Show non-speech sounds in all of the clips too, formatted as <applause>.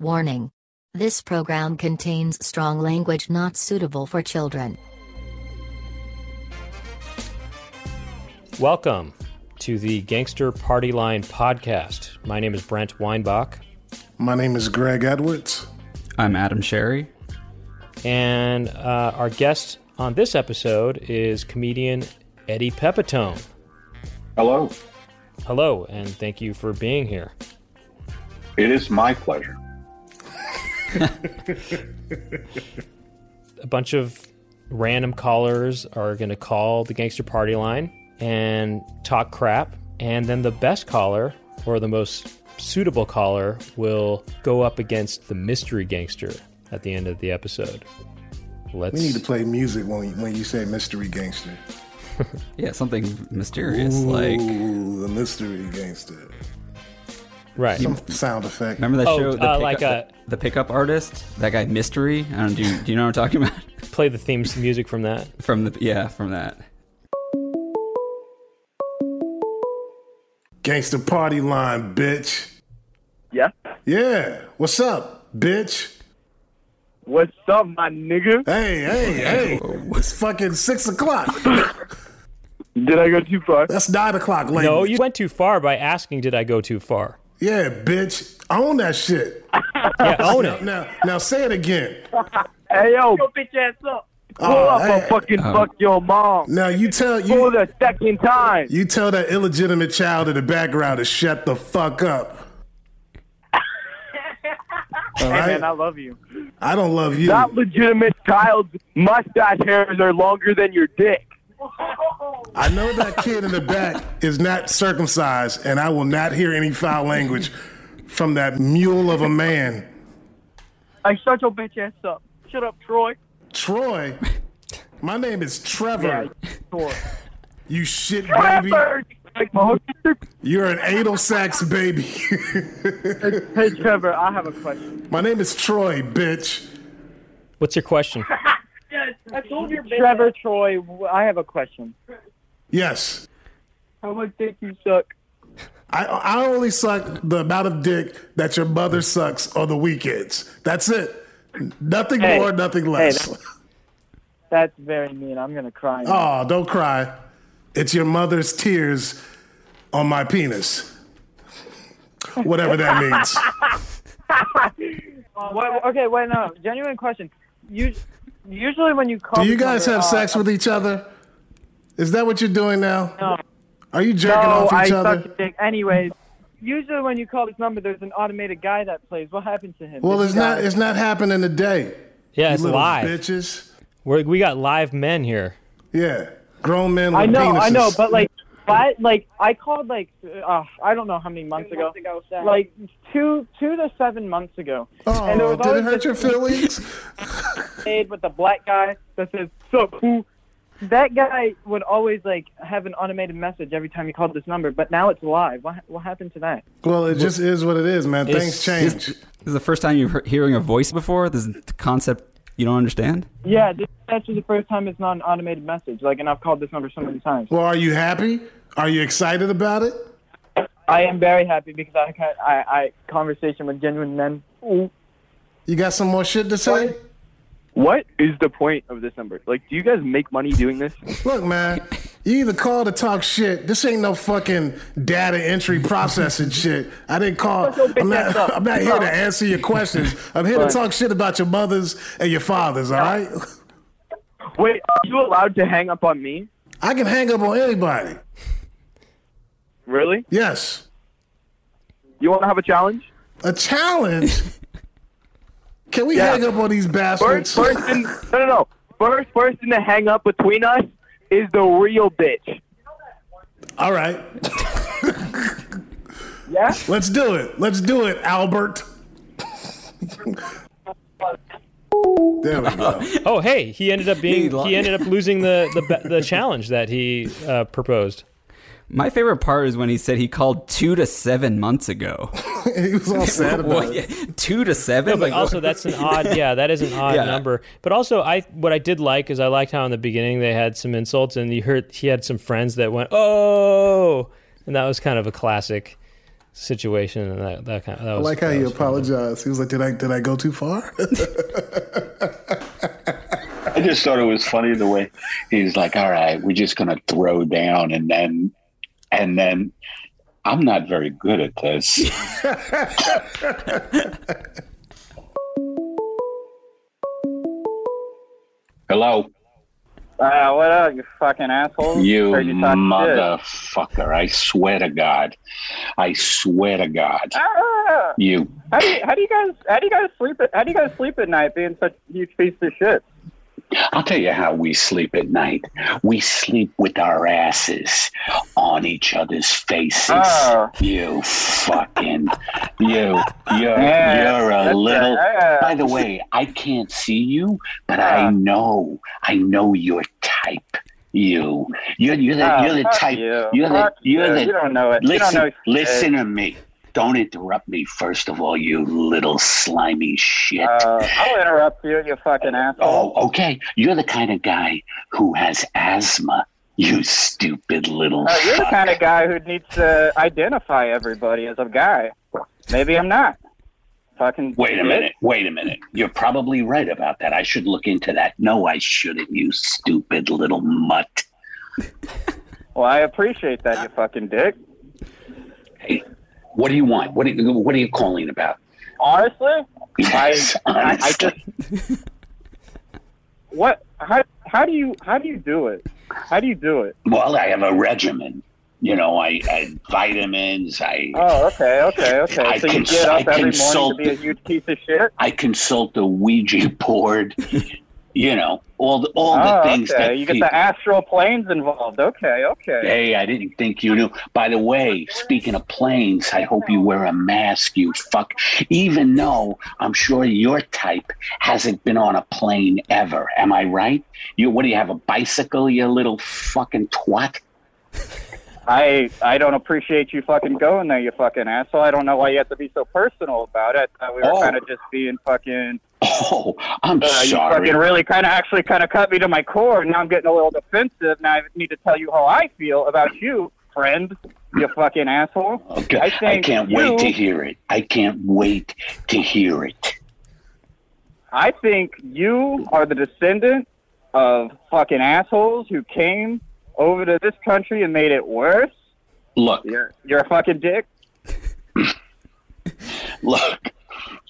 Warning. This program contains strong language not suitable for children. Welcome to the Gangster Party Line podcast. My name is Brent Weinbach, My name is Greg Edwards. I'm Adam Sherry. and uh, our guest on this episode is comedian Eddie Pepitone. Hello. Hello, and thank you for being here. It is my pleasure. A bunch of random callers are going to call the Gangster Party Line and talk crap, and then the best caller or the most suitable caller will go up against the mystery gangster at the end of the episode. Let's We need to play music when you, when you say mystery gangster. <laughs> Yeah, something mysterious. Like, Ooh, the mystery gangster. right. Some sound effect. remember that Oh, show, the, uh, like pickup, the pickup artist, that guy Mystery. I don't do. you- Do you know what I'm talking about? play the themes music from that. <laughs> from the yeah, from that. Gangster party line, bitch. Yeah. Yeah. What's up, bitch? What's up, my nigga? Hey, hey, hey. It's fucking six o'clock. <laughs> Did I go too far? That's nine o'clock, lady. No, you went too far by asking, "Did I go too far?" Yeah, bitch. Own that shit. Yeah, own it. Now, now say it again. Hey, yo, pull bitch ass up. Oh, up and hey. fucking fuck your mom Now you tell for you the second time. you tell that illegitimate child in the background to shut the fuck up. All Hey, right? man, I love you. I don't love you. Not legitimate child's mustache hairs are longer than your dick. I know that kid in the back is not circumcised, and I will not hear any foul language from that mule of a man. Hey, shut your bitch ass up. Shut up, Troy. <laughs> Troy, my name is Trevor. Troy. You shit baby. Trevor! Like my whole sister. You're an anal sax baby. Hey, Trevor, I have a question. my name is Troy, bitch. What's your question? I told your bitch. Trevor, Troy, I have a question. <laughs> Yes. How much dick you suck? I, I only suck the amount of dick that your mother sucks on the weekends. That's it. Nothing Hey. more, nothing less. that's- that's very mean. I'm gonna cry. now. Oh, don't cry. It's your mother's tears on my penis. Whatever that <laughs> <laughs> means. Wait, okay, wait, no. Genuine question. You usually when you call, Do you this guys number, have uh, sex with each other? Is that what you're doing now? No. Are you No, jerking off I each suck other? your dick. Anyways, usually when you call this number, there's an automated guy that plays. What happened to him? Well, Did it's he not. die? It's not happening today. Yeah, it's little live. bitches. We're, we got live men here. Yeah, grown men with I know, penises. I know, but like, why? Like, I called like, uh, I don't know how many months ago, like two, two to seven months ago, and there oh, was did it always hurt this your feelings? <laughs> kid with the black guy that says "sup who." That guy would always like have an automated message every time you called this number, but now it's live. What what happened to that? well, it just is what it is, man. Things It's- change. This is the first time you're he- hearing a voice before. This is the concept you don't understand. Yeah, this is actually the first time it's not an automated message. Like, and I've called this number so many times. well, are you happy? Are you excited about it? I am very happy because I had I, I conversation with genuine men. You got some more shit to say? What is the point of this number? Like, do you guys make money doing this? Look, man, you either call to talk shit. This ain't no fucking data entry processing shit. I didn't call. I'm not, I'm not here to answer your questions. I'm here to talk shit about your mothers and your fathers, all right? Wait, are you allowed to hang up on me? I can hang up on anybody. Really? Yes. You want to have a challenge? A challenge? Can we Yeah. hang up on these First bastards? person, no, no, no. First person to hang up between us is the real bitch. All right. Yeah? Let's do it. Let's do it, Albert. there we go. <laughs> Oh, hey, he ended up being He li- he ended up losing the the, ba- <laughs> the challenge that he uh, proposed. My favorite part is when he said he called two to seven <laughs> months ago. <laughs> he was all sad about What? it. two to seven. But also, that's an <laughs> odd yeah, that is an odd Yeah. number. But also, I what I did like is I liked how in the beginning they had some insults, and you heard he had some friends that went oh, and that was kind of a classic situation and that, that kind of that I was, like how that you was fun. apologized. He was like, "Did I did I go too far?" <laughs> I just thought it was funny the way he's like, "All right, we're just gonna throw down," and then, and then, I'm not very good at this. <laughs> Hello, Ah, what up, you fucking asshole? you Heard talk shit. motherfucker! I swear to God, I swear to God, Ah, you how do you, how do you guys how do you guys sleep at, how do you guys sleep at night being such huge pieces of shit? I'll tell you how we sleep at night. We sleep with our asses on each other's faces. Oh. You fucking, you, you're, Yeah, you're a that's little. right. By the way, I can't see you, but Ah. I know, I know your type. You, you're, you're the, Ah, you're the fuck type. You. You're the, Fuck you're you. the. you don't know it. you don't Listen, know shit. listen to me. Don't interrupt me, first of all, you little slimy shit. Uh, I'll interrupt you, you fucking asshole. Oh, okay. You're the kind of guy who has asthma. You stupid little. Uh, you're the fuck. kind of guy who needs to identify everybody as a guy. Maybe I'm not. Fucking Wait a shit. minute. Wait a minute. You're probably right about that. I should look into that. No, I shouldn't. You stupid little mutt. Well, I appreciate that, you fucking dick. Hey, what do you want? What are you, What are you calling about? Honestly, Yes, I, I, I just honestly. what? How how do you how do you do it? How do you do it? Well, I have a regimen. You know, I, I vitamins. I Oh, okay, okay, okay. I so you cons- get I up every morning to consult- be a huge piece of shit. I consult the Ouija <laughs> board. you know, all the all the Oh, things okay. that You get people- the astral planes involved. Okay, okay. Hey, I didn't think you knew. By the way, speaking of planes, I hope you wear a mask, you fuck. Even though I'm sure your type hasn't been on a plane ever. Am I right? You what do you have a bicycle, you little fucking twat? I I don't appreciate you fucking going there, you fucking asshole. I don't know why you have to be so personal about it. I thought we were Oh. kind of just being fucking. Oh, I'm Uh, you sorry. fucking really kind of actually kind of cut me to my core, and now I'm getting a little defensive. Now I need to tell you how I feel about you, friend. You fucking asshole. Okay. I I, think can't you- wait to hear it. I can't wait to hear it. I think you are the descendant of fucking assholes who came over to this country and made it worse. Look, You're, you're a fucking dick. look,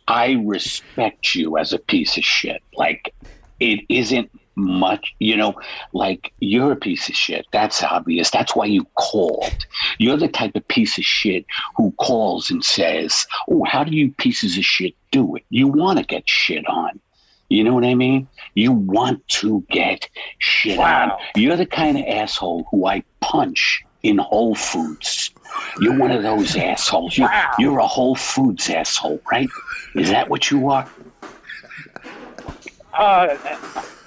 I respect you as a piece of shit. Like, it isn't much, you know, like you're a piece of shit. That's obvious. That's why you called. You're the type of piece of shit who calls and says, Oh, how do you pieces of shit do it? You want to get shit on. You know what I mean? You want to get shit Wow. on. You're the kind of asshole who I punch in Whole Foods. You're one of those assholes. You, Wow. You're a Whole Foods asshole, right? Is that what you are? Uh,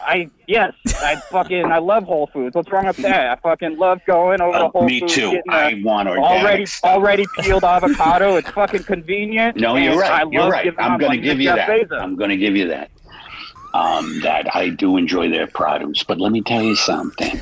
I yes, I fucking I love Whole Foods. What's wrong with that? I fucking love going over to Uh, Whole me Foods. too. getting a I want organic already stuff. already peeled avocado. It's fucking convenient. No, and you're I right. You're love right. giving my I'm going money to give you Jeff that. Bezos. I'm going to give you that. Um, that I do enjoy their produce, but let me tell you something.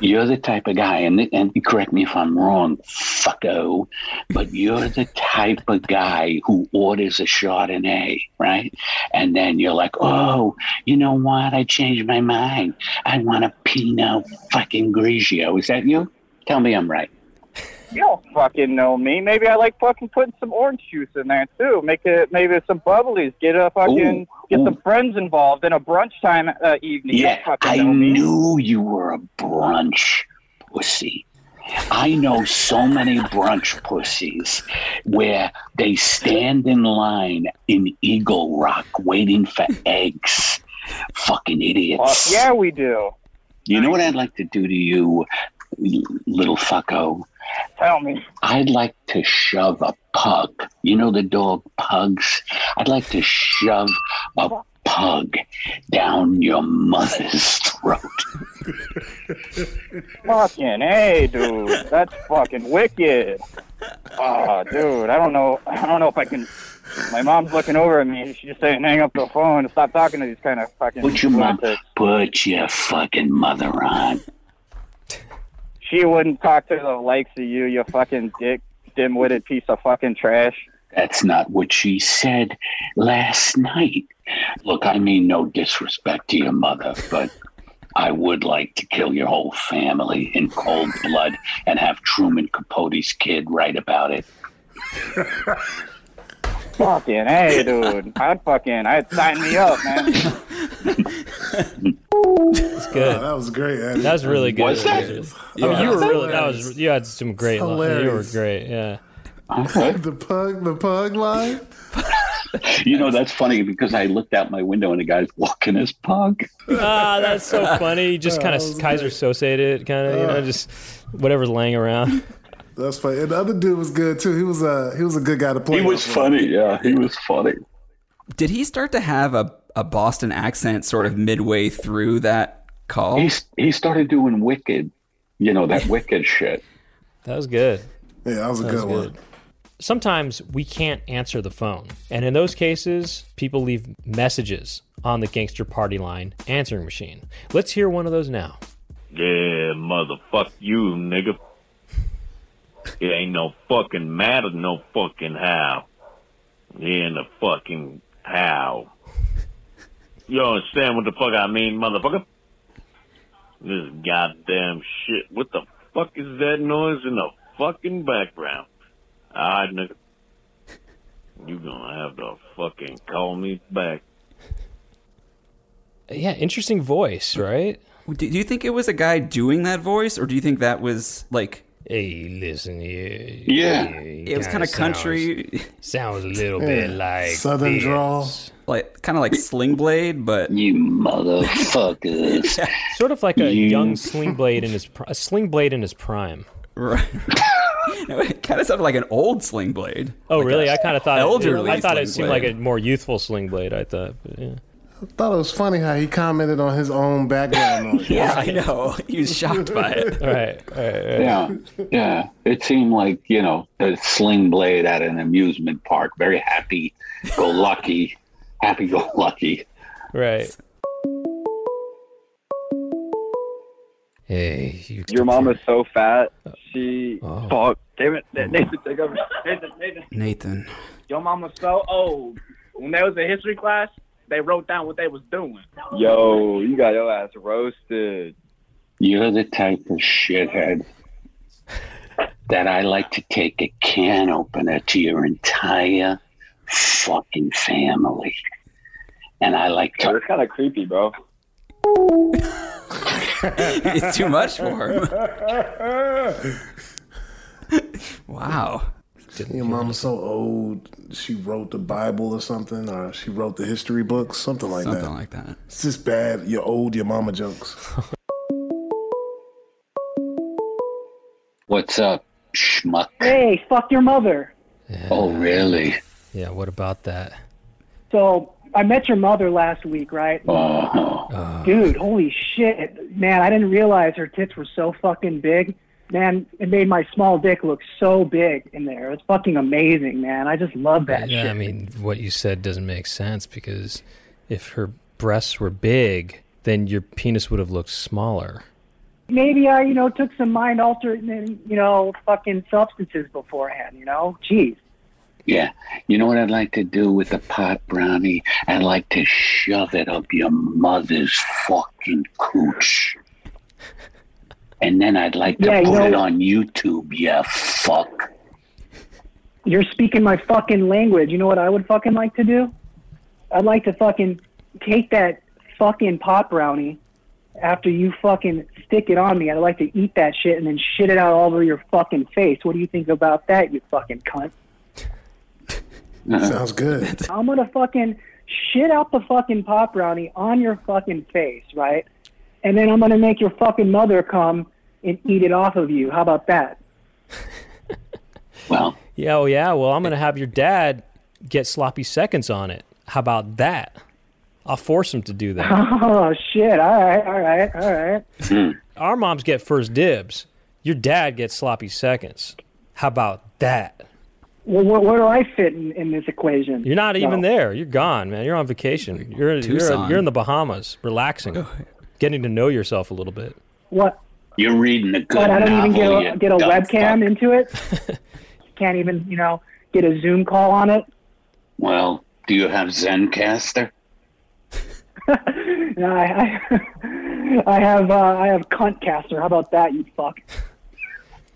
you're the type of guy, and and correct me if I'm wrong, fucko, but you're the type of guy who orders a Chardonnay, right? And then you're like, oh, you know what? I changed my mind. I want a Pinot fucking Grigio. Is that you? Tell me I'm right. You don't fucking know me. Maybe I like fucking putting some orange juice in there too. Make it maybe some bubblies. Get a fucking Ooh, get ooh. some friends involved in a brunch time uh, evening. You Yeah, don't I fucking know me. knew you were a brunch pussy. I know so many brunch pussies where they stand in line in Eagle Rock waiting for eggs. Fucking Fuck idiots. yeah, we do. You know what I'd like to do to you, little fucko? Tell me. I'd like to shove a pug. You know the dog pugs? I'd like to shove a pug down your mother's throat. Fucking hey, dude, that's fucking wicked. Oh, dude, I don't know. I don't know if I can. My mom's looking over at me. She's saying, "Hang up the phone. and Stop talking to these kind of fucking." Put your mom, lunatics." put your fucking mother on. She wouldn't talk to the likes of you. You fucking dick dim-witted piece of fucking trash. That's not what she said last night. Look, I mean no disrespect to your mother, but I would like to kill your whole family in cold blood and have Truman Capote's kid write about it. Fucking hey, dude. I'd fucking I'd sign me up, man. It's good. that was great. Andy. That was really good. Was that? I mean, you were That's really. That hilarious. was. You had some great. That's Lines. You were hilarious. great. Yeah. Okay. the pug, the pug line. You know, that's funny because I looked out my window and a guy's walking his pug. Ah, that's so funny. <laughs> Just kind Oh, that was of Kaiser Sosate it, kind of you know, just whatever's laying around. That's funny. And the other dude was good too. He was a he was a good guy to play. He was off of. funny. Yeah, he was funny. Did he start to have a, a Boston accent sort of midway through that call? He, he started doing wicked, you know, <laughs> that wicked shit. That was good. Yeah, that was a good, one. Sometimes we can't answer the phone, and in those cases, people leave messages on the Gangster Party Line answering machine. Let's hear one of those now. Yeah, motherfuck you, nigga. It ain't no fucking matter, no fucking how. Yeah, in the fucking how. You understand what the fuck I mean, motherfucker? This goddamn shit. What the fuck is that noise in the fucking background? Alright, nigga. You gonna have to fucking call me back. Yeah, interesting voice, right? Do, do you think it was a guy doing that voice, or do you think that was like Hey, listen, yeah, Yeah. it was kind of country, Sounds a little bit like Southern this. drawl. like kind of like Sling Blade, but You <laughs> motherfuckers. sort of like a You- young sling blade in his pri- a sling blade in his prime. right. <laughs> No, it kind of sounded like an old Sling Blade. Oh, really? I kind of thought elderly It, I thought it Sling seemed Blade. like a more youthful sling blade. I thought. but <laughs> yeah. Thought it was funny how he commented on his own <laughs> background. noise. Yeah, I know. He was shocked by it. All right, all right, all right. Yeah, yeah. It seemed like you know a sling blade at an amusement park. Very happy, <laughs> go lucky, happy go lucky. right. Hey, you Your mom is so fat. She Oh. fuck. Damn it, Nathan, take over. Nathan, Nathan. Nathan. Your mama's so old. When they was in history class, they wrote down what they was doing. Yo, you got your ass roasted. You're the type of shithead that I like to take a can opener to your entire fucking family, and I like to. That's kind of creepy, bro. <laughs> It's too much for him. wow. Your mama's so old. She wrote the Bible or something, or she wrote the history books, something like Something that. like that. it's just bad. You're old. Your mama jokes. What's up, schmuck? Hey, fuck your mother. Oh, really? Yeah, what about that? So I met your mother last week, right? Oh, Dude, holy shit. Man, I didn't realize her tits were so fucking big. Man, it made my small dick look so big in there. It's fucking amazing, man. I just love that Yeah, shit. I mean, what you said doesn't make sense because if her breasts were big, then your penis would have looked smaller. Maybe I, you know, took some mind altering, you know, fucking substances beforehand, you know? Jeez. Yeah. You know what I'd like to do with the pot brownie? I'd like to shove it up your mother's fucking cooch. And then I'd like to Yeah, you put know- it on YouTube, you fuck. You're speaking my fucking language. You know what I would fucking like to do? I'd like to fucking take that fucking pot brownie after you fucking stick it on me. I'd like to eat that shit and then shit it out all over your fucking face. What do you think about that, you fucking cunt? Sounds good. I'm gonna fucking shit out the fucking pot brownie on your fucking face, right? And then I'm gonna make your fucking mother come and eat it off of you. How about that? <laughs> Well, Yeah, oh yeah. Well, I'm gonna have your dad get sloppy seconds on it. How about that? I'll force him to do <laughs> that. Oh shit! All right, all right, all right. Our moms get first dibs. Your dad gets sloppy seconds. How about that? Well, where, where do I fit in, in this equation? You're not even No. there. You're gone, man. You're on vacation. You're you're, Tucson. you're in the Bahamas, relaxing, getting to know yourself a little bit. What? you're reading a good But I don't even novel, get you a, get a dumb <laughs> webcam fuck. into it. can't even, you know, get a Zoom call on it. <laughs> Well, do you have Zencaster? No, I, I, <laughs> I have uh, I have Cuntcaster. How about that, you <laughs> fuck?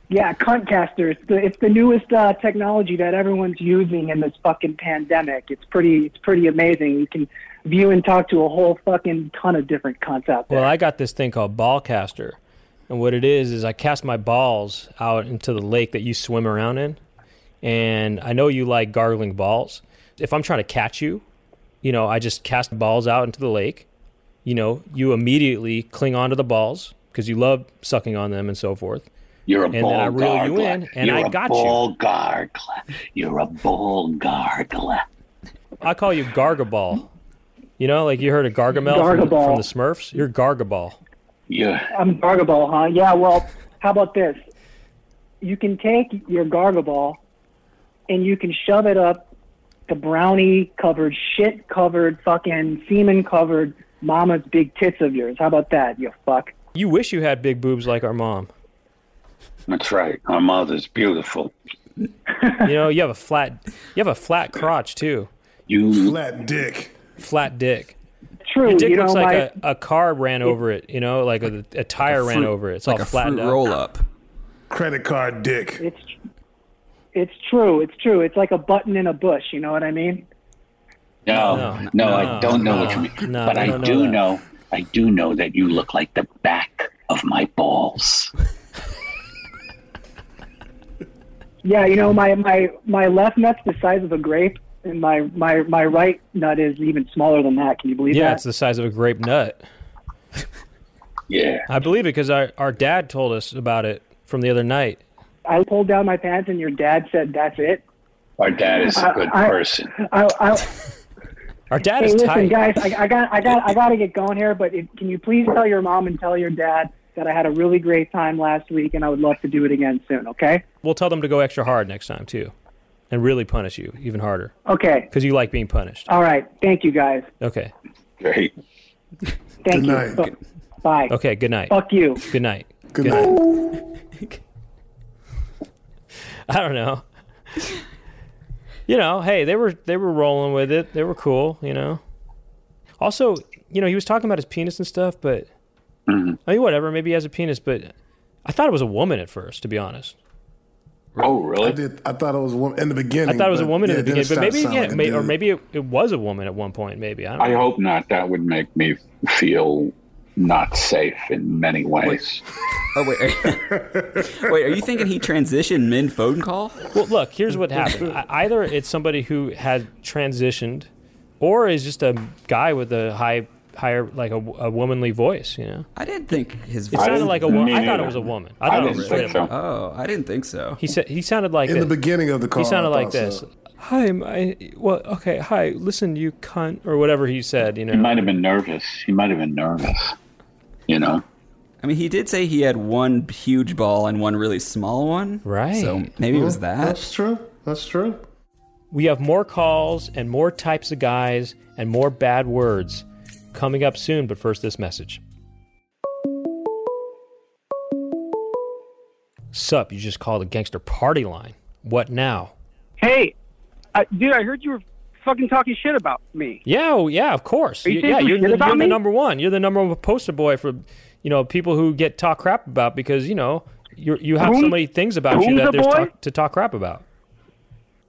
Yeah, Cuntcaster. It's the it's the newest uh, technology that everyone's using in this fucking pandemic. It's pretty it's pretty amazing. You can view and talk to a whole fucking ton of different cunts out there. Well, I got this thing called Ballcaster. And what it is, is I cast my balls out into the lake that you swim around in. And I know you like gargling balls. If I'm trying to catch you, you know, I just cast balls out into the lake. You know, you immediately cling onto the balls because you love sucking on them and so forth. You're a and ball then I reel gargler. you in, and You're I a got ball you. gargler. You're a ball gargler. I call you Gargaball. You know, like you heard of Gargamel from, Gargaball. from the Smurfs. You're Gargaball. Yeah. I'm Gargaball, huh? Yeah. Well, how about this? You can take your Gargaball, and you can shove it up the brownie covered, shit covered, fucking semen covered mama's big tits of yours. How about that, you fuck? You wish you had big boobs like our mom. That's right. Our mother's beautiful. You know, you have a flat, you have a flat crotch too. You flat dick. Flat dick. True. Your dick you looks know, like my, a, a car ran over it. You know, like a, a tire ran fruit- over it. It's like all a flattened fruit out. roll up. Credit card dick. It's it's true. It's true. It's like a button in a bush. You know what I mean? No, No, no, no, I don't know no, what you mean. no, but I I, don't know do that. know, I do know that you look like the back of my balls. Yeah. You know, my my my left nut's the size of a grape, and my my my right nut is even smaller than that. Can you believe Yeah, that? it's the size of a grape nut. Yeah. I believe it because our dad told us about it from the other night. I pulled down my pants, and your dad said, "That's it." Our dad is a good I- I- person. I, I, Our dad hey, is listen, tight. guys, I, I got I got I got to get going here. But if, can you please tell your mom and tell your dad that I had a really great time last week, and I would love to do it again soon. Okay? We'll tell them to go extra hard next time too, and really punish you even harder Okay. because you like being punished. All right. Thank you, guys. Okay. Great. Thank Good you. night. Bu- Bye. Okay. Good night. Fuck you. Good night. Good night. <laughs> I don't know. you know, hey, they were they were rolling with it. They were cool, you know. Also, you know, he was talking about his penis and stuff, but Mm-hmm. I mean, whatever. Maybe he has a penis, but I thought it was a woman at first, to be honest. Oh, I really? did. I thought it was a woman in the beginning. I thought it was a but woman yeah, in the then it beginning, but maybe started yeah, sounding may, like a or dude. maybe it, it was a woman at one point. Maybe I don't. I know. hope not. That would make me feel not safe in many ways. Oh wait, are, <laughs> wait. Are you thinking he transitioned mid phone call? Well, look, here's what happened. <laughs> I- E-, Either it's somebody who had transitioned, or is just a guy with a high, higher, like a, a womanly voice. You know, I didn't think his it voice. sounded didn't- like a woman. me I thought it neither. was a woman. I I thought it didn't was straight think up. so. oh, I didn't think so. He said he sounded like in the this. beginning of the call. he sounded I like thought this. so. Hi, my well, okay, hi. Listen, you cunt, or whatever he said. You know, He might have been nervous. He might have been nervous. You know? I mean, he did say he had one huge ball and one really small one. Right. So maybe it was that. That's true. That's true. we have more calls and more types of guys and more bad words coming up soon. But first, this message. Sup? You just called a gangster party line. What now? Hey, uh, dude, I heard you were fucking talking <laughs> shit about me. Yeah, oh, yeah, of course. Are you Y- saying yeah, some you're, shit the, about you're the me? number one. You're the number one poster boy for, you know, people who get talk crap about because you know you you have so Who's- many things about you who's that the there's boy? talk, to talk crap about.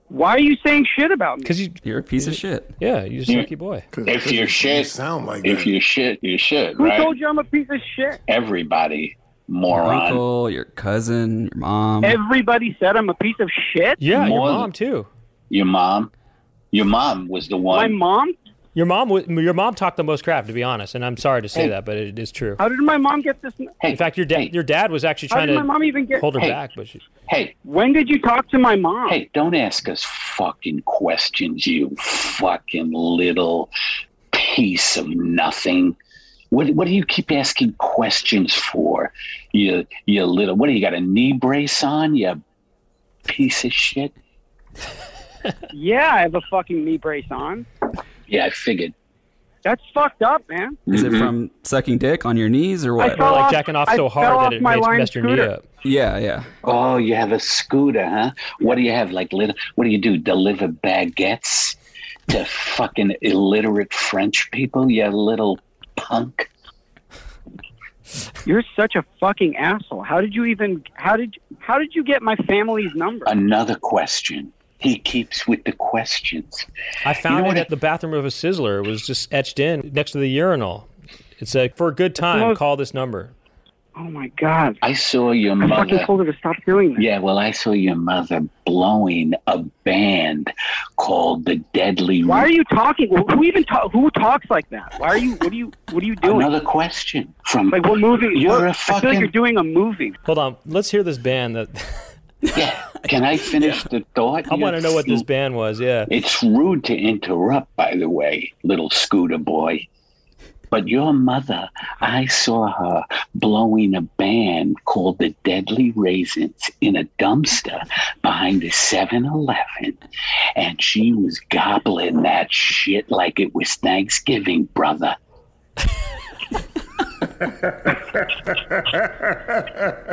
Why are you saying shit about me? Because you, You're a piece of shit. yeah, you're a Yeah. sucky boy. If you're shit, sound like If that. you shit, you shit, Who right? told you I'm a piece of shit? Everybody, Your moron. uncle, your cousin, your mom. Everybody said I'm a piece of shit. Yeah, your Um, More than- mom too. Your mom. Your mom was the My one. mom? Your mom, wa- your mom talked the most crap, to be honest, and I'm sorry to say Hey. that, but it is true. How did my mom get this? n- hey, In fact, your dad, hey, your dad was actually How trying did my to mom even get? hold her Hey. back, but she, hey, When did you talk to my mom? <laughs> Hey, don't ask us fucking questions, you fucking little piece of nothing. What, what do you keep asking questions for? You you little what do you got a knee brace on? You piece of shit. Yeah, I have a fucking knee brace on. Yeah, I figured. That's fucked up, man. Is it from sucking dick on your knees or what? Mm-hmm. I fell Or like off- jacking off I so hard fell that off it my made- line messed your knee scooter. up. Yeah, yeah. Oh, you have a scooter, huh? What do you have? Like, lit- what do you do? Deliver baguettes to fucking illiterate French people? You little punk. Mm-hmm. You're such a fucking asshole. How did you even? How did? How did you get my family's number? Another question. He keeps with the questions. I You found know it what at the bathroom of a Sizzler. It was just etched in next to the urinal. It's a for a good time. most- call this number. Oh my god! I saw your I fucking mother. told her to stop doing that. Yeah, well, I saw your mother blowing a band called the Deadly. Why are you talking? Who even ta- who talks like that? Why are you? What are you? What are you doing? Another question from like what movie? You're what- a I feel like you're fucking- doing a movie. Hold on, let's hear this band. That Can <laughs> I finish the thought? I want to know what this band was. Yeah, It's rude to interrupt, by the way, little scooter boy. But your mother, I saw her blowing a band called the Deadly Raisins in a dumpster behind the 7 Eleven. And she was gobbling that shit like it was Thanksgiving, brother. <laughs>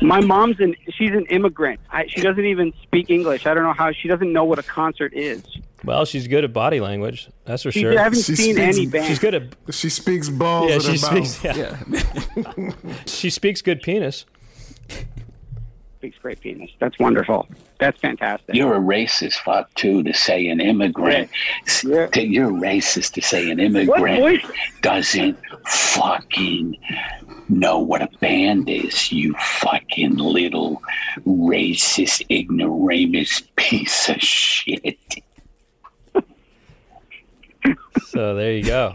My mom's an she's an immigrant. I, she doesn't even speak English. I don't know how she doesn't know what a concert is. well, she's good at body language. That's for She- sure. I haven't She seen speaks- any band. She's good at. <laughs> She speaks balls. Yeah, in she her mouth. speaks. Yeah. <laughs> she speaks good penis. Speaks great penis. That's wonderful. That's fantastic. You're a racist, fuck, too, to say an immigrant. S- to- You're racist to say an immigrant doesn't fucking know what a band is, you fucking little racist, ignoramus piece of shit. So there you go.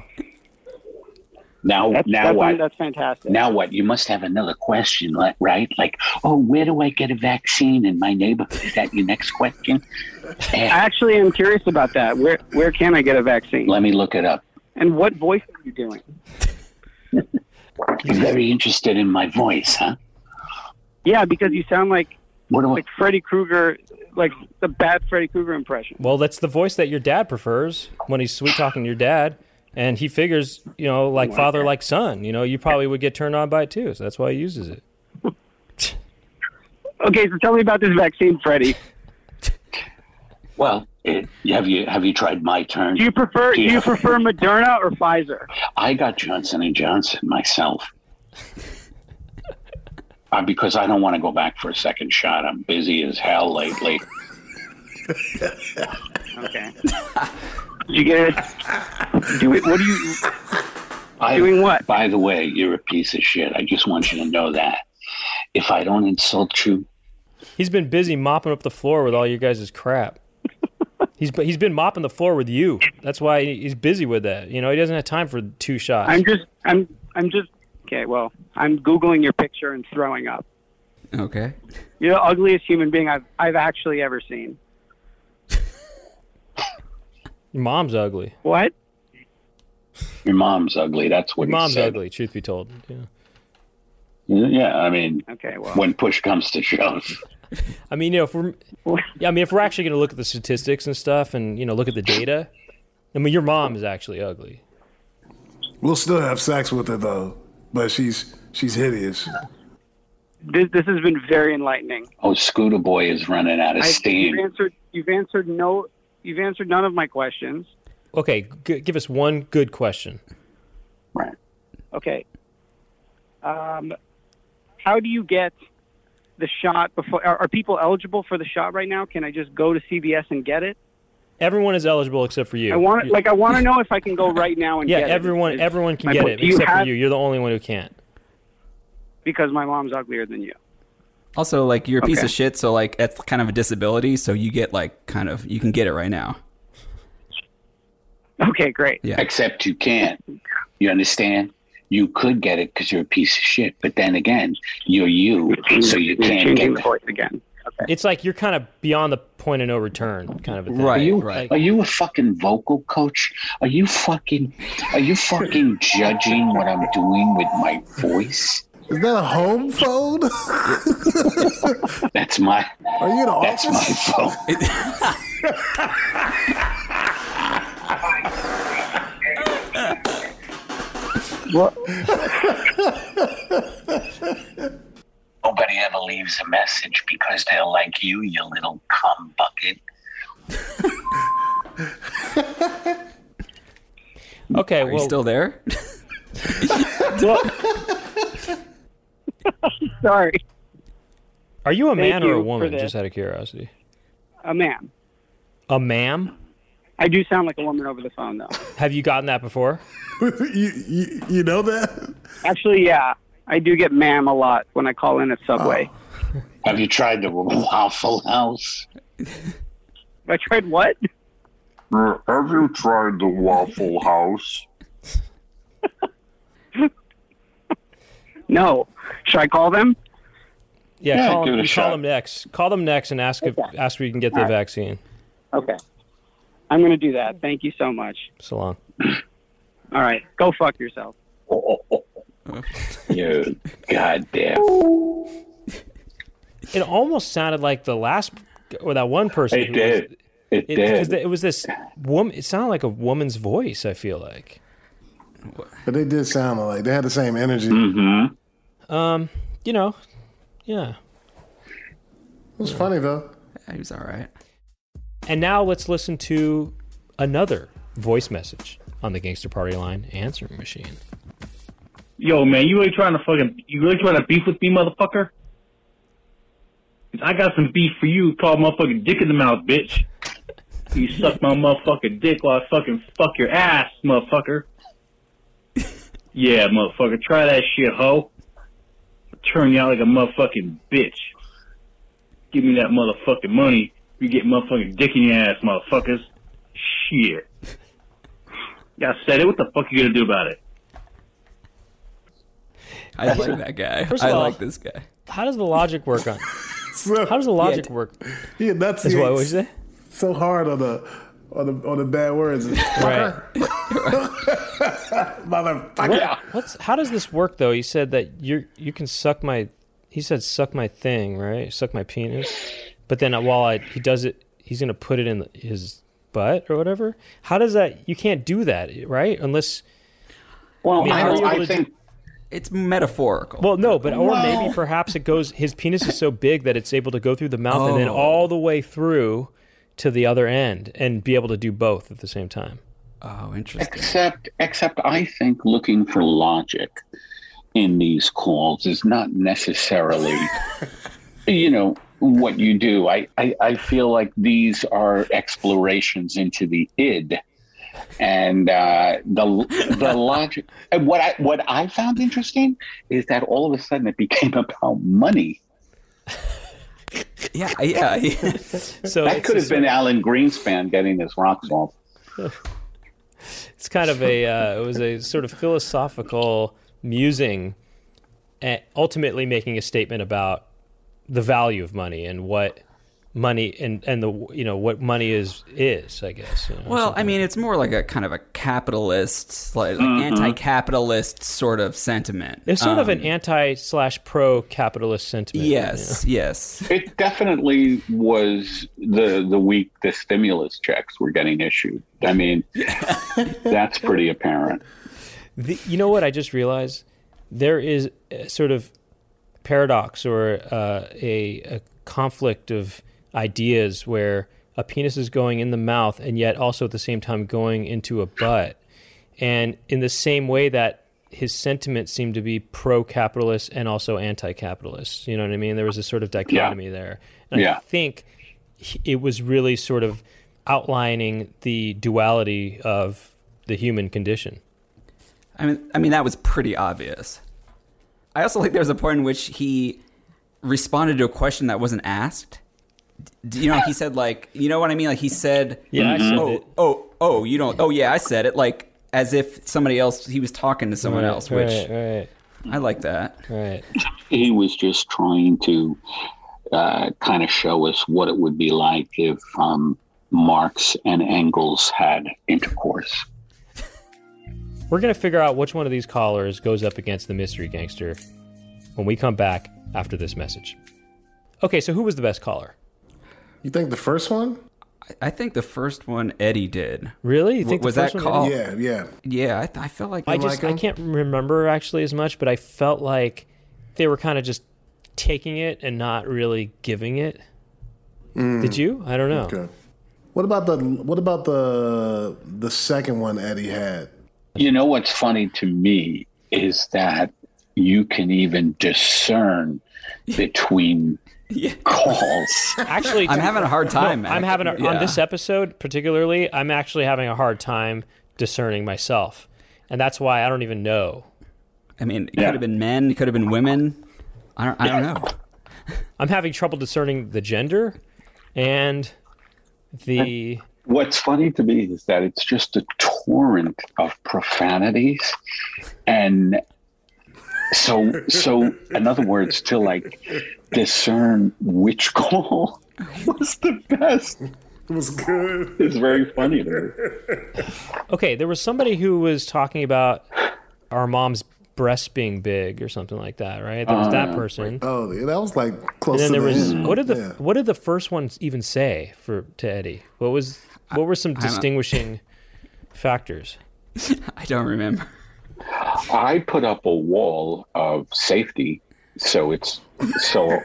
Now, now that's, what? that's fantastic. Now what? You must have another question, li- right? Like, oh, where do I get a vaccine in my neighborhood? Is that your next question? I actually am curious about that. Where where can I get a vaccine? Let me look it up. And what voice are you doing? You're very interested in my voice, huh? Yeah, because you sound like what like Freddy Krueger, like the bad Freddy Krueger impression. Well, that's the voice that your dad prefers when he's sweet talking your dad, and he figures, you know, like father, like son. You know, you probably would get turned on by it too, so that's why he uses it. Okay, so tell me about this vaccine, Freddy. Well, it, have you have you tried my turn? Do you prefer do Yeah. you prefer Moderna or Pfizer? I got Johnson and Johnson myself. Uh, because I don't want to go back for a second shot. I'm busy as hell <laughs> lately. Okay. Did you get it? Do it. What do you doing? What? By the way, you're a piece of shit. I just want you to know that. If I don't insult you, He's been busy mopping up the floor with all your guys' crap. He's b- he's been mopping the floor with you. That's why he- he's busy with that. You know, he doesn't have time for two shots. I'm just I'm I'm just okay. Well, I'm googling your picture and throwing up. Okay. You're the ugliest human being I've I've actually ever seen. Your mom's ugly. What? your mom's ugly. That's what Your he mom's said. ugly. Truth be told, yeah. Yeah, I mean, okay, well. when push comes to shove. I mean, you know, if we're yeah, I mean, if we're actually going to look at the statistics and stuff, and you know, look at the data, I mean, your mom is actually ugly. We'll still have sex with her though, but she's she's hideous. This this has been very enlightening. Oh, Scooter Boy is running out of I- steam. You've answered you've answered no you've answered none of my questions. Okay, g- give us one good question. Okay. Um, how do you get the shot before? Are, are people eligible for the shot right now? Can I just go to CVS and get it? Everyone is eligible except for you. I want You- like I want to know if I can go right now and yeah, get everyone, it. everyone can my get point. it Do you except for have- you. You're the only one who can't. because my mom's uglier than you. Also, like you're a piece Okay. of shit, so like that's kind of a disability. So you get like kind of you can get it right now. Okay, great. Except you can't. You understand? You could get it because you're a piece of shit, but then again, you're you, so you You're can't changing get the it. again. It's like you're kind of beyond the point of no return, kind of a thing. Are you, Are you a fucking vocal coach? Are you fucking? Are you fucking judging what I'm doing with my voice? Is that a home phone? <laughs> That's my. Are you in the That's office? my phone. <laughs> <laughs> What? Nobody ever leaves a message because they're like you, you little cum bucket. Okay, Are you well- still there? Sorry, Are you a Thank man or you a for woman? this. Just out of curiosity. a man. A ma'am? I do sound like a woman over the phone, though. <laughs> Have you gotten that before? you, you you know that? Actually, yeah, I do get ma'am a lot when I call in at Subway. Have you tried the Waffle House? I tried what? Uh, Have you tried the Waffle House? No. Should I call them? Yeah, Yeah, call, give it them, a you shot. call them next. Call them next and ask if ask where you can get the All right. vaccine. Okay. I'm going to do that. Thank you so much. So long. All right. Go fuck yourself. You goddamn. It almost sounded like the last or that one person. It who did. Was, It did. 'cause <laughs> It was this woman. It sounded like a woman's voice. I feel like. But they did sound alike. They had the same energy. Mm-hmm. Um, you know, yeah. It was funny though. He was all right. And now let's listen to another voice message on the Gangster Party Line answering machine. Yo, man, you really trying to fucking, you really trying to beef with me, motherfucker? 'Cause I got some beef for you called motherfucking dick in the mouth, bitch. You suck my motherfucking dick while I fucking fuck your ass, motherfucker. Yeah, motherfucker, try that shit, hoe. I'll turn you out like a motherfucking bitch. Give me that motherfucking money. You get motherfucking dick in your ass, motherfuckers. Shit. Yeah, I said it. What the fuck you gonna do about it? I like that guy. First of I all- like this guy. How does the logic work <laughs> on? how does the logic work? He enunciates That's what I always say. so hard on the on the on the bad words. <laughs> Right. Motherfucker. What- what's how does this work though? He said that you you can suck my he said suck my thing right suck my penis, but then while I he does it he's gonna put it in the- his butt or whatever. How does that you can't do that right unless well I how are don't- you I able to do- think- It's metaphorical. well no but or Well- maybe perhaps it goes his penis is so big that it's able to go through the mouth and then Oh. all the way through to the other end and be able to do both at the same time. Oh, interesting. Except, except I think looking for logic in these calls is not necessarily, you know, what you do. I, I, I feel like these are explorations into the id. And uh, the the logic, and what I what I found interesting is that all of a sudden it became about money. Yeah, yeah. <laughs> So that it's could a have been sort of- Alan Greenspan getting his rocks off. it's kind of a uh, it was a sort of philosophical musing and ultimately making a statement about the value of money and what money and and the you know what money is is i guess you know, Well, something. I mean, it's more like a kind of a capitalist, like, like Mm-hmm. Mhm. anti-capitalist sort of sentiment. it's sort of Um, an anti slash pro capitalist sentiment Yes, yes. It definitely was the the week the stimulus checks were getting issued. I mean, that's pretty apparent. The, you know what I just realized? There is a sort of paradox or uh, a, a conflict of ideas where a penis is going in the mouth and yet also at the same time going into a butt. And in the same way that his sentiments seem to be pro capitalist and also anti capitalist. You know what I mean? There was a sort of dichotomy there. And I Yeah. think he- it was really sort of outlining the duality of the human condition. I mean, I mean that was pretty obvious. I also think there was a point in which he responded to a question that wasn't asked. D- you know, he said like, you know what I mean? Like he said, Yeah, I said oh, it. oh, oh, you don't. Oh, yeah, I said it. Like as if somebody else, he was talking to someone Right, else, which right, right. I like that. Right. He was just trying to uh, kind of show us what it would be like if um, Marx and Engels had intercourse. We're going to figure out which one of these callers goes up against the mystery gangster when we come back after this message. Okay, so who was the best caller? You think the first one? I think the first one Eddie did. Really? You think the was first that one call? Eddie did? Yeah, yeah. Yeah, I, th- I feel like I just I can't remember actually as much, but I felt like they were kind of just taking it and not really giving it. Mm. Did you? I don't know. Okay. What about the what about the the second one Eddie had? You know what's funny to me is that you can even discern between calls. Actually, I'm having a hard time, No, man. I'm having a, on Yeah. this episode particularly. I'm actually having a hard time discerning myself, and that's why I don't even know. I mean, it could have been men, it could have been women. I don't, I don't know. I'm having trouble discerning the gender and the What's funny to me is that it's just a torrent of profanities, and so so. In other words, to like discern which call <laughs> was the best. <laughs> It was good. It's very funny to me. <laughs> Okay, there was somebody who was talking about our mom's breasts being big or something like that, right? There was that Uh, person. Oh, yeah, that was like close. and then to there the was end. what did the Yeah. what did the first one even say for to Eddie? What was what were some I- I'm a- distinguishing factors? <laughs> I don't remember. I put up a wall of safety, so it's so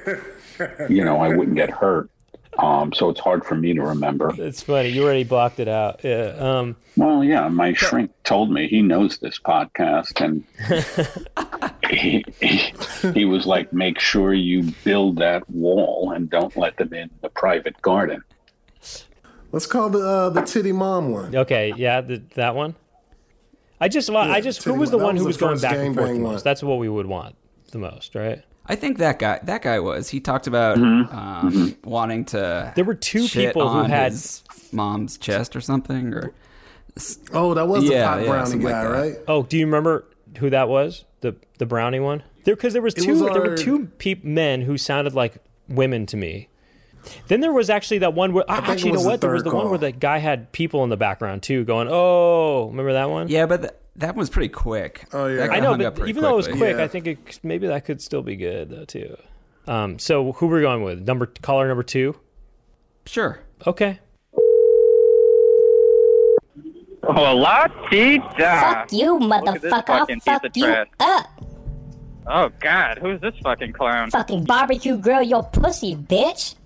you know I wouldn't get hurt. Um, so it's hard for me to remember. It's funny. You already blocked it out. Yeah. Um, Well, yeah, my shrink told me he knows this podcast, and he, he, he was like, "Make sure you build that wall and don't let them in the private garden." Let's call the uh, the titty mom one. okay. Yeah. The, that one. I just well, I Yeah, just tell who you was what, the that one was who the was going first back and forth gangbang the one. most? That's what we would want the most, right? I think that guy that guy was. He talked about Mm-hmm. um, wanting to. There were two shit people who on had- his mom's chest or something. Or Oh, that was Yeah, the pop yeah, brownie something like guy, that. right? Oh, do you remember who that was? The the brownie one? There because there was It two was there our- were two peop, men who sounded like women to me. Then there was actually that one where I think it actually you know was the what there was the third one call. where the guy had people in the background too going oh remember that one yeah, but th- that was pretty quick. Oh yeah, I know but even though it was quick I think it, maybe that could still be good though too um so who we're going with number caller number two sure okay Hola, tita. Fuck you, Look at this motherfucker. I'll fucking piece fuck of you trash. up. Oh God, who's this fucking clown? Fucking barbecue grill your pussy, bitch.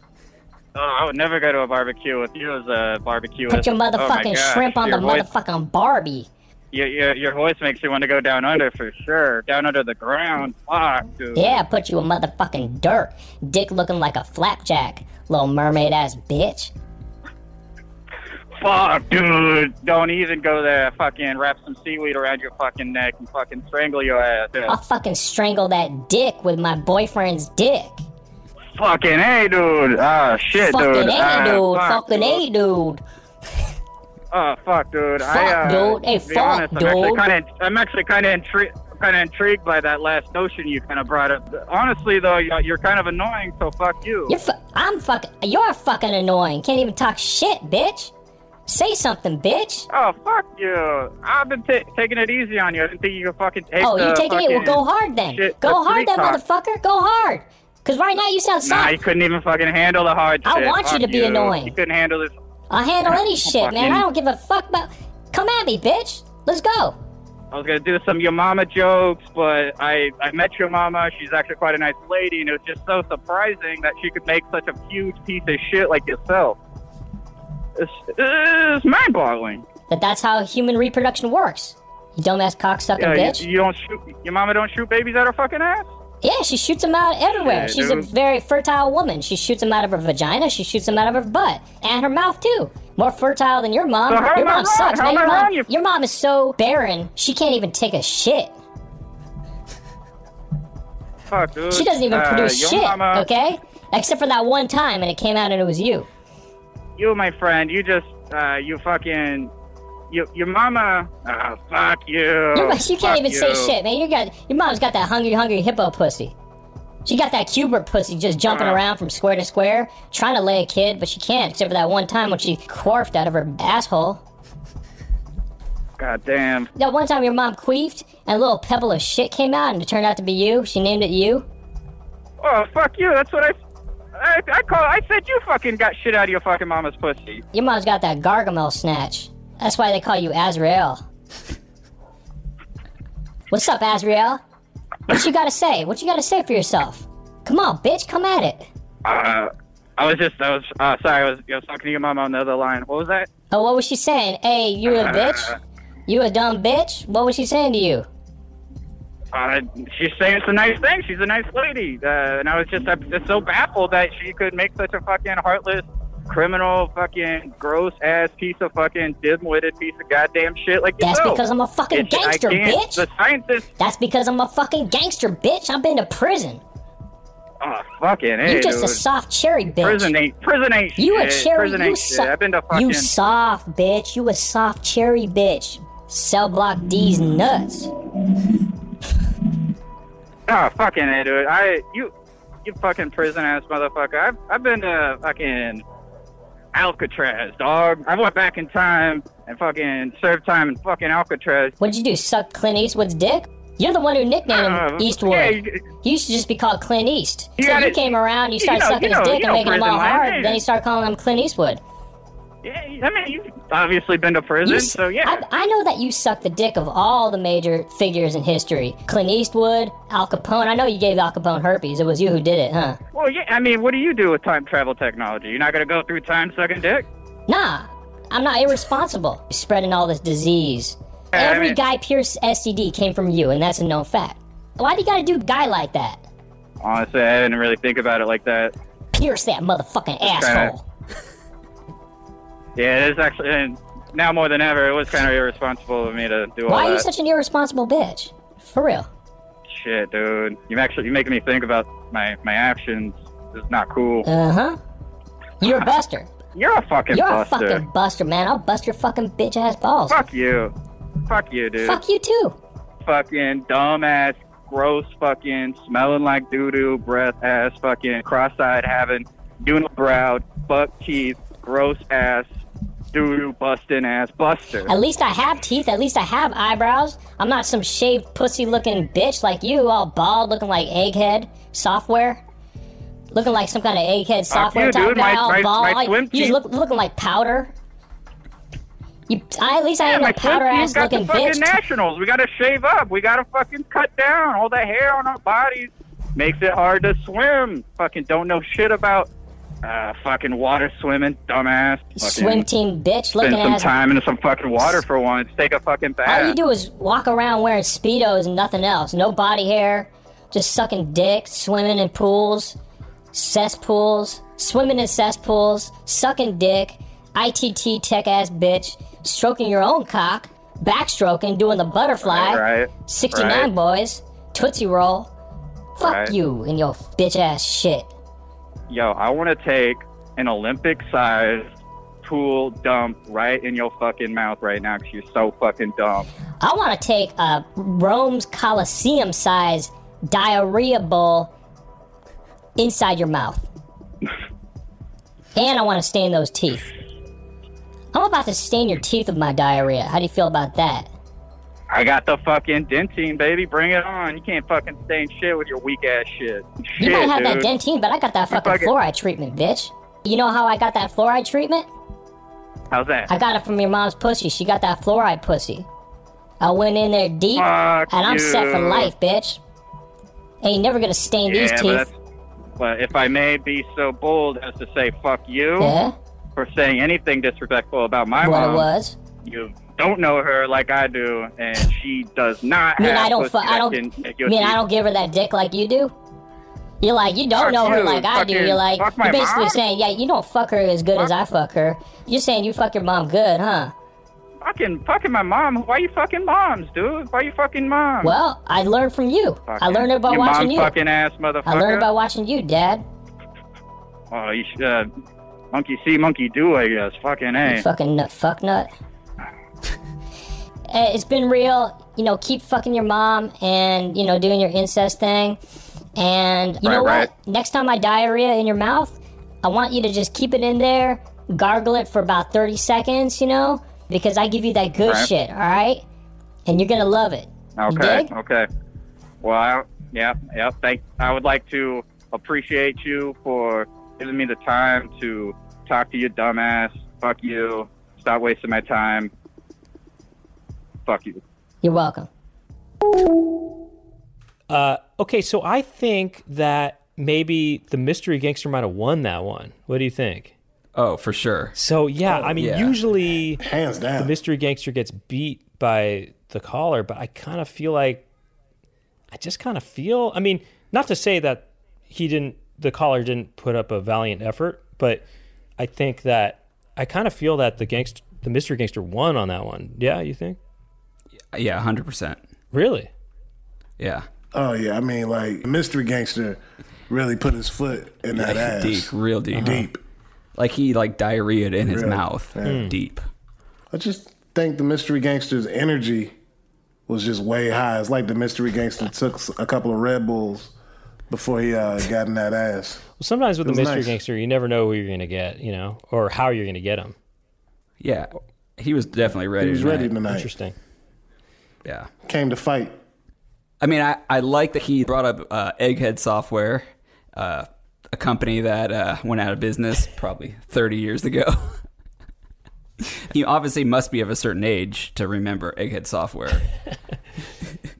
Oh, I would never go to a barbecue with you as a barbecue. Put your motherfucking shrimp on Oh your the voice, motherfucking Barbie. Your, your, your voice makes you want to go down under for sure. Down under the ground. Fuck, dude. Yeah, put you a motherfucking dirt. Dick looking like a flapjack. Little mermaid ass bitch. Fuck, dude. Don't even go there. Fucking wrap some seaweed around your fucking neck and fucking strangle your ass. I'll fucking strangle that dick with my boyfriend's dick. Fucking hey, dude. Ah, shit, fucking dude. A, Ah, dude. fuck, fucking A, dude. Oh fuck, dude! I, Fuck, uh, dude. Hey, to be fuck, honest, I'm actually dude. kind of, I'm actually kind of intrigued, kind of intrigued by that last notion you kind of brought up. Honestly, though, you're you're kind of annoying, so fuck you. You're fu- I'm fucking. You're fucking annoying. Can't even talk shit, bitch. Say something, bitch. Oh fuck you! I've been ta taking it easy on you. I didn't think you could fucking take. oh, the you taking it? Well, fucking go hard then. shit, the Go hard, sweet that talk. motherfucker. Go hard. Cause right now you sound Nah, soft. you couldn't even fucking handle the hard I shit. want you Fuck to be annoying. You couldn't handle this. I'll handle <laughs> any shit, man. Fucking- I don't give a fuck about. Come at me, bitch. Let's go. I was gonna do some your mama jokes, but I I met your mama. She's actually quite a nice lady, and it was just so surprising that she could make such a huge piece of shit like yourself. It's, uh, it's mind-boggling. That that's how human reproduction works. You dumbass cocksucking Yeah, bitch. you, you don't shoot. Your mama don't shoot babies out her fucking ass. Yeah, she shoots them out everywhere. Yeah, She's dude. a very fertile woman. She shoots them out of her vagina. She shoots them out of her butt and her mouth too. More fertile than your mom. So how your am I mom wrong? sucks, How man. am I Your mom, wrong, you- your mom is so barren. She can't even take a shit. Fuck, dude. She doesn't even Uh, produce your shit. mama- Okay, except for that one time, and it came out and it was you. You, my friend, you just uh, you fucking. You, your mama, oh, fuck you. Your mom, you Fuck can't even you. say shit, man. You got your mom's got that hungry, hungry hippo pussy. She got that cubert pussy just jumping Uh-huh. around from square to square, trying to lay a kid, but she can't, except for that one time when she quarfed out of her asshole. God damn. That one time your mom queefed and a little pebble of shit came out and it turned out to be you. She named it you. Oh, fuck you. That's what I. I, I call. I said you fucking got shit out of your fucking mama's pussy. Your mom's got that Gargamel snatch. That's why they call you Azrael. What's up, Azrael? What you gotta say? What you gotta say for yourself? Come on, bitch, come at it. Uh, I was just. I was. Uh, sorry. I was. I was talking to your mom on the other line. What was that? Oh, what was she saying? Hey, you a bitch? You a dumb bitch? What was she saying to you? Uh, she's saying some nice things. She's a nice lady, uh, and I was just I'm just so baffled that she could make such a fucking heartless, criminal, fucking gross ass piece of fucking dim-witted piece of goddamn shit like That's yourself. because I'm a fucking It's- I gangster, can't- bitch. The scientists. That's because I'm a fucking gangster, bitch. I've been to prison. Oh, fucking. hey, you just dude. a soft cherry, bitch. Prison ain't prison ain't You a shit. cherry? Prison you ain't shit. so- I've been to fucking. You soft, bitch. You a soft cherry, bitch. Cell block D's nuts. Oh, fucking hey, dude. I you you fucking prison ass motherfucker. I've I've been to fucking Alcatraz, dog. I went back in time and fucking served time in fucking Alcatraz. What'd you do? Suck Clint Eastwood's dick? You're the one who nicknamed him Uh, Eastwood. yeah, you, used to just be called Clint East. You so gotta- you came around, you you started know- sucking you his know- dick and you know making him all prison life, hard. yeah. Then you started calling him Clint Eastwood. I mean, you've obviously been to prison, You s- so yeah. I, I know that you sucked the dick of all the major figures in history. Clint Eastwood, Al Capone. I know you gave Al Capone herpes. It was you who did it, huh? well, yeah. I mean, what do you do with time travel technology? You're not gonna go through time sucking dick? Nah, I'm not irresponsible. spreading all this disease. Yeah, I Every mean- guy Pierce STD E came from you, and that's a known fact. Why do you gotta do guy like that? Honestly, I didn't really think about it like that. Pierce that motherfucking Just asshole. kinda- Yeah, it is actually. And now more than ever, it was kind of irresponsible of me to do all Why are that. you such an irresponsible bitch? For real. Shit, dude. You actually you making me think about my my actions. This is not cool. Uh huh. You're <laughs> a buster. You're a fucking You're buster. a fucking buster, man. I'll bust your fucking bitch ass balls. Fuck you. Fuck you, dude. Fuck you too. Fucking dumbass, gross, fucking smelling like doo doo, breath ass, fucking cross eyed having, unibrowed, buck teeth, gross ass, doo doo busting ass buster. At least I have teeth. At least I have eyebrows. I'm not some shaved pussy looking bitch like you, all bald, looking like egghead software. Looking like some kind of egghead software you, type dude. guy, My- all my- bald. my All you- swim you teeth- just look, looking like powder. You, I, at least I Yeah, ain't my no powder ass team's got looking the fucking bitch. nationals. We gotta shave up. We gotta fucking cut down all the hair on our bodies. Makes it hard to swim. Fucking don't know shit about uh, fucking water swimming, dumbass. Fucking swim team bitch Spend looking some ass. time into some fucking water for once. Take a fucking bath. All you do is walk around wearing speedos and nothing else. No body hair, just sucking dick, swimming in pools, cesspools, swimming in cesspools, sucking dick, ITT tech ass bitch, stroking your own cock, backstroking, doing the butterfly, Right, right, 69 right. boys, tootsie roll. Fuck Right. you and your bitch ass shit. Yo, I want to take an Olympic-sized pool dump right in your fucking mouth right now because you're so fucking dumb. I want to take a Rome's Colosseum size diarrhea bowl inside your mouth. and I want to stain those teeth. I'm about to stain your teeth with my diarrhea. How do you feel about that? I got the fucking dentine, baby. Bring it on. You can't fucking stain shit with your weak ass shit. You shit, might have dude. that dentine, but I got that fucking fucking- fluoride treatment, bitch. You know how I got that fluoride treatment? How's that? I got it from your mom's pussy. She got that fluoride pussy. I went in there deep, Fuck and I'm set for you. life, bitch. Ain't never gonna stain yeah, these but, teeth. that's, but if I may be so bold as to say fuck you Yeah. for saying anything disrespectful about my what mom, it was. you don't know her like I do, and she does not I mean, have I don't. pussy Fu- I that don't. can make I your mean, teeth- I don't give her that dick like you do. You're like you don't Fuck know her you, like I do. fucking- You're like fuck my you're basically mom? saying, yeah, you don't fuck her as good as I fuck her. You're saying you fuck your mom good, huh? fucking fucking my mom. Why you fucking moms, dude? Why you fucking moms? Well, I learned from you. I Fucking- learned it by your watching mom's you. fucking ass motherfucker. I learned by watching you, Dad. Oh, you should, uh, monkey see, monkey do. I guess. Fucking a. You fucking nut, fuck nut. Eh, it's been real. You know, keep fucking your mom and you know doing your incest thing. And you Right, know right. what? Next time I diarrhea in your mouth, I want you to just keep it in there, gargle it for about thirty seconds. You know, because I give you that good Right. shit. All right, and you're gonna love it. Okay. dig? Okay. Well, I, yeah, yeah. Thank. I would like to appreciate you for giving me the time to talk to you, dumbass. Fuck you. Stop wasting my time. Fuck you. You're welcome. Uh, okay, so I think that maybe the mystery gangster might have won that one. What do you think? Oh, for sure. So yeah, Oh, I mean, yeah. usually Hands down. the mystery gangster gets beat by the caller, but I kind of feel like I just kind of feel. I mean, not to say that he didn't, the caller didn't put up a valiant effort, but I think that I kind of feel that the gangster, the mystery gangster, won on that one. Yeah, you think? Yeah, hundred percent. Really? Yeah. Oh yeah, I mean like mystery gangster really put his foot in that Yeah, ass. Deep, real deep. Deep. Like he like diarrheaed in his Really? mouth. Yeah. Hmm. Mm. Deep. I just think the mystery gangster's energy was just way high. It's like the mystery gangster took s- a couple of Red Bulls before he uh, got in that ass. Well, sometimes with It the was mystery nice. gangster, you never know who you're going to get, you know, or how you're going to get him. Yeah. He was definitely ready. was ready tonight. Interesting. Yeah. Came to fight. I mean, I, I like that he brought up uh, Egghead Software, uh, a company that uh, went out of business probably 30 years ago. <laughs> he obviously must be of a certain age to remember Egghead Software.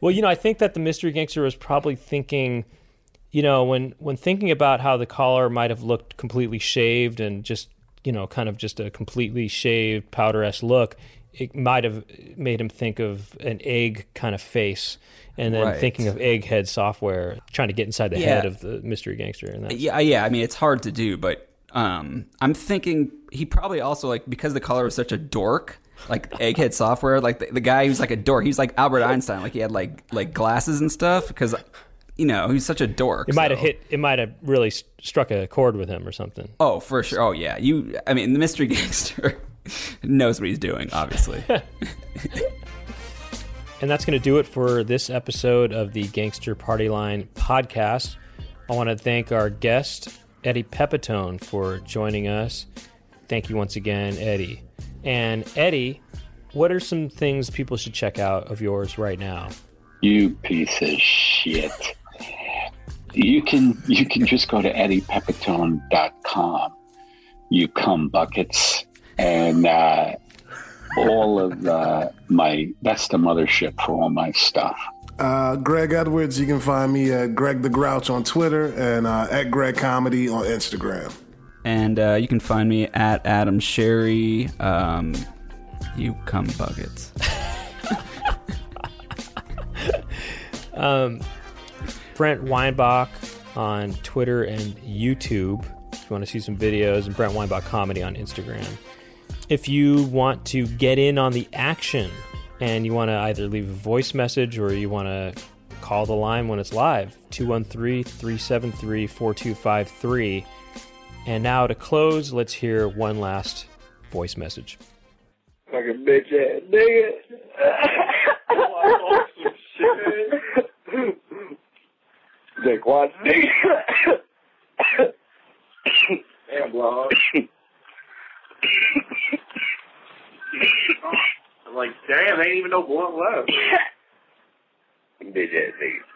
Well, you know, I think that the mystery gangster was probably thinking, you know, when when thinking about how the collar might have looked completely shaved and just, you know, kind of just a completely shaved powder-esque look, it might have made him think of an egg kind of face and then Right. thinking of egghead software trying to get inside the Yeah. Uh, head of the mystery gangster and that. yeah, yeah. I mean, it's hard to do, but um, I'm thinking he probably also like because the color was such a dork, <laughs> like egghead software, like the, the guy who's like a dork. He was like Albert Einstein, like he had like like glasses and stuff because you know he's such a dork. It might have so- hit it might have really st- struck a chord with him or something. Oh, for sure. Oh, yeah. You. I mean, the mystery <laughs> gangster knows what he's doing, <laughs> obviously. And that's going to do it for this episode of the Gangster Party Line podcast. I want to thank our guest, Eddie Pepitone, for joining us. Thank you once again, Eddie. And, Eddie, what are some things people should check out of yours right now? You piece of shit. You can you can just go to eddiepepitone.com. You come buckets and uh, all of uh, my that's the mothership for all my stuff. Uh, Greg Edwards, you can find me at Greg the Grouch on Twitter and uh, at Greg Comedy on Instagram. and uh, you can find me at Adam Sherry. Um, you cum <laughs> buckets. Um, Brent Weinbach on Twitter and YouTube. If you want to see some videos, and Brent Weinbach comedy on Instagram. If you want to get in on the action and you want to either leave a voice message or you want to call the line when it's live, 213 373 4253. And now to close, let's hear one last voice message. Fucking bitch ass nigga. Jake Watts, <laughs> nigga. Damn, blog. I'm like, damn, ain't even no blunt left. Bitch ass nigga.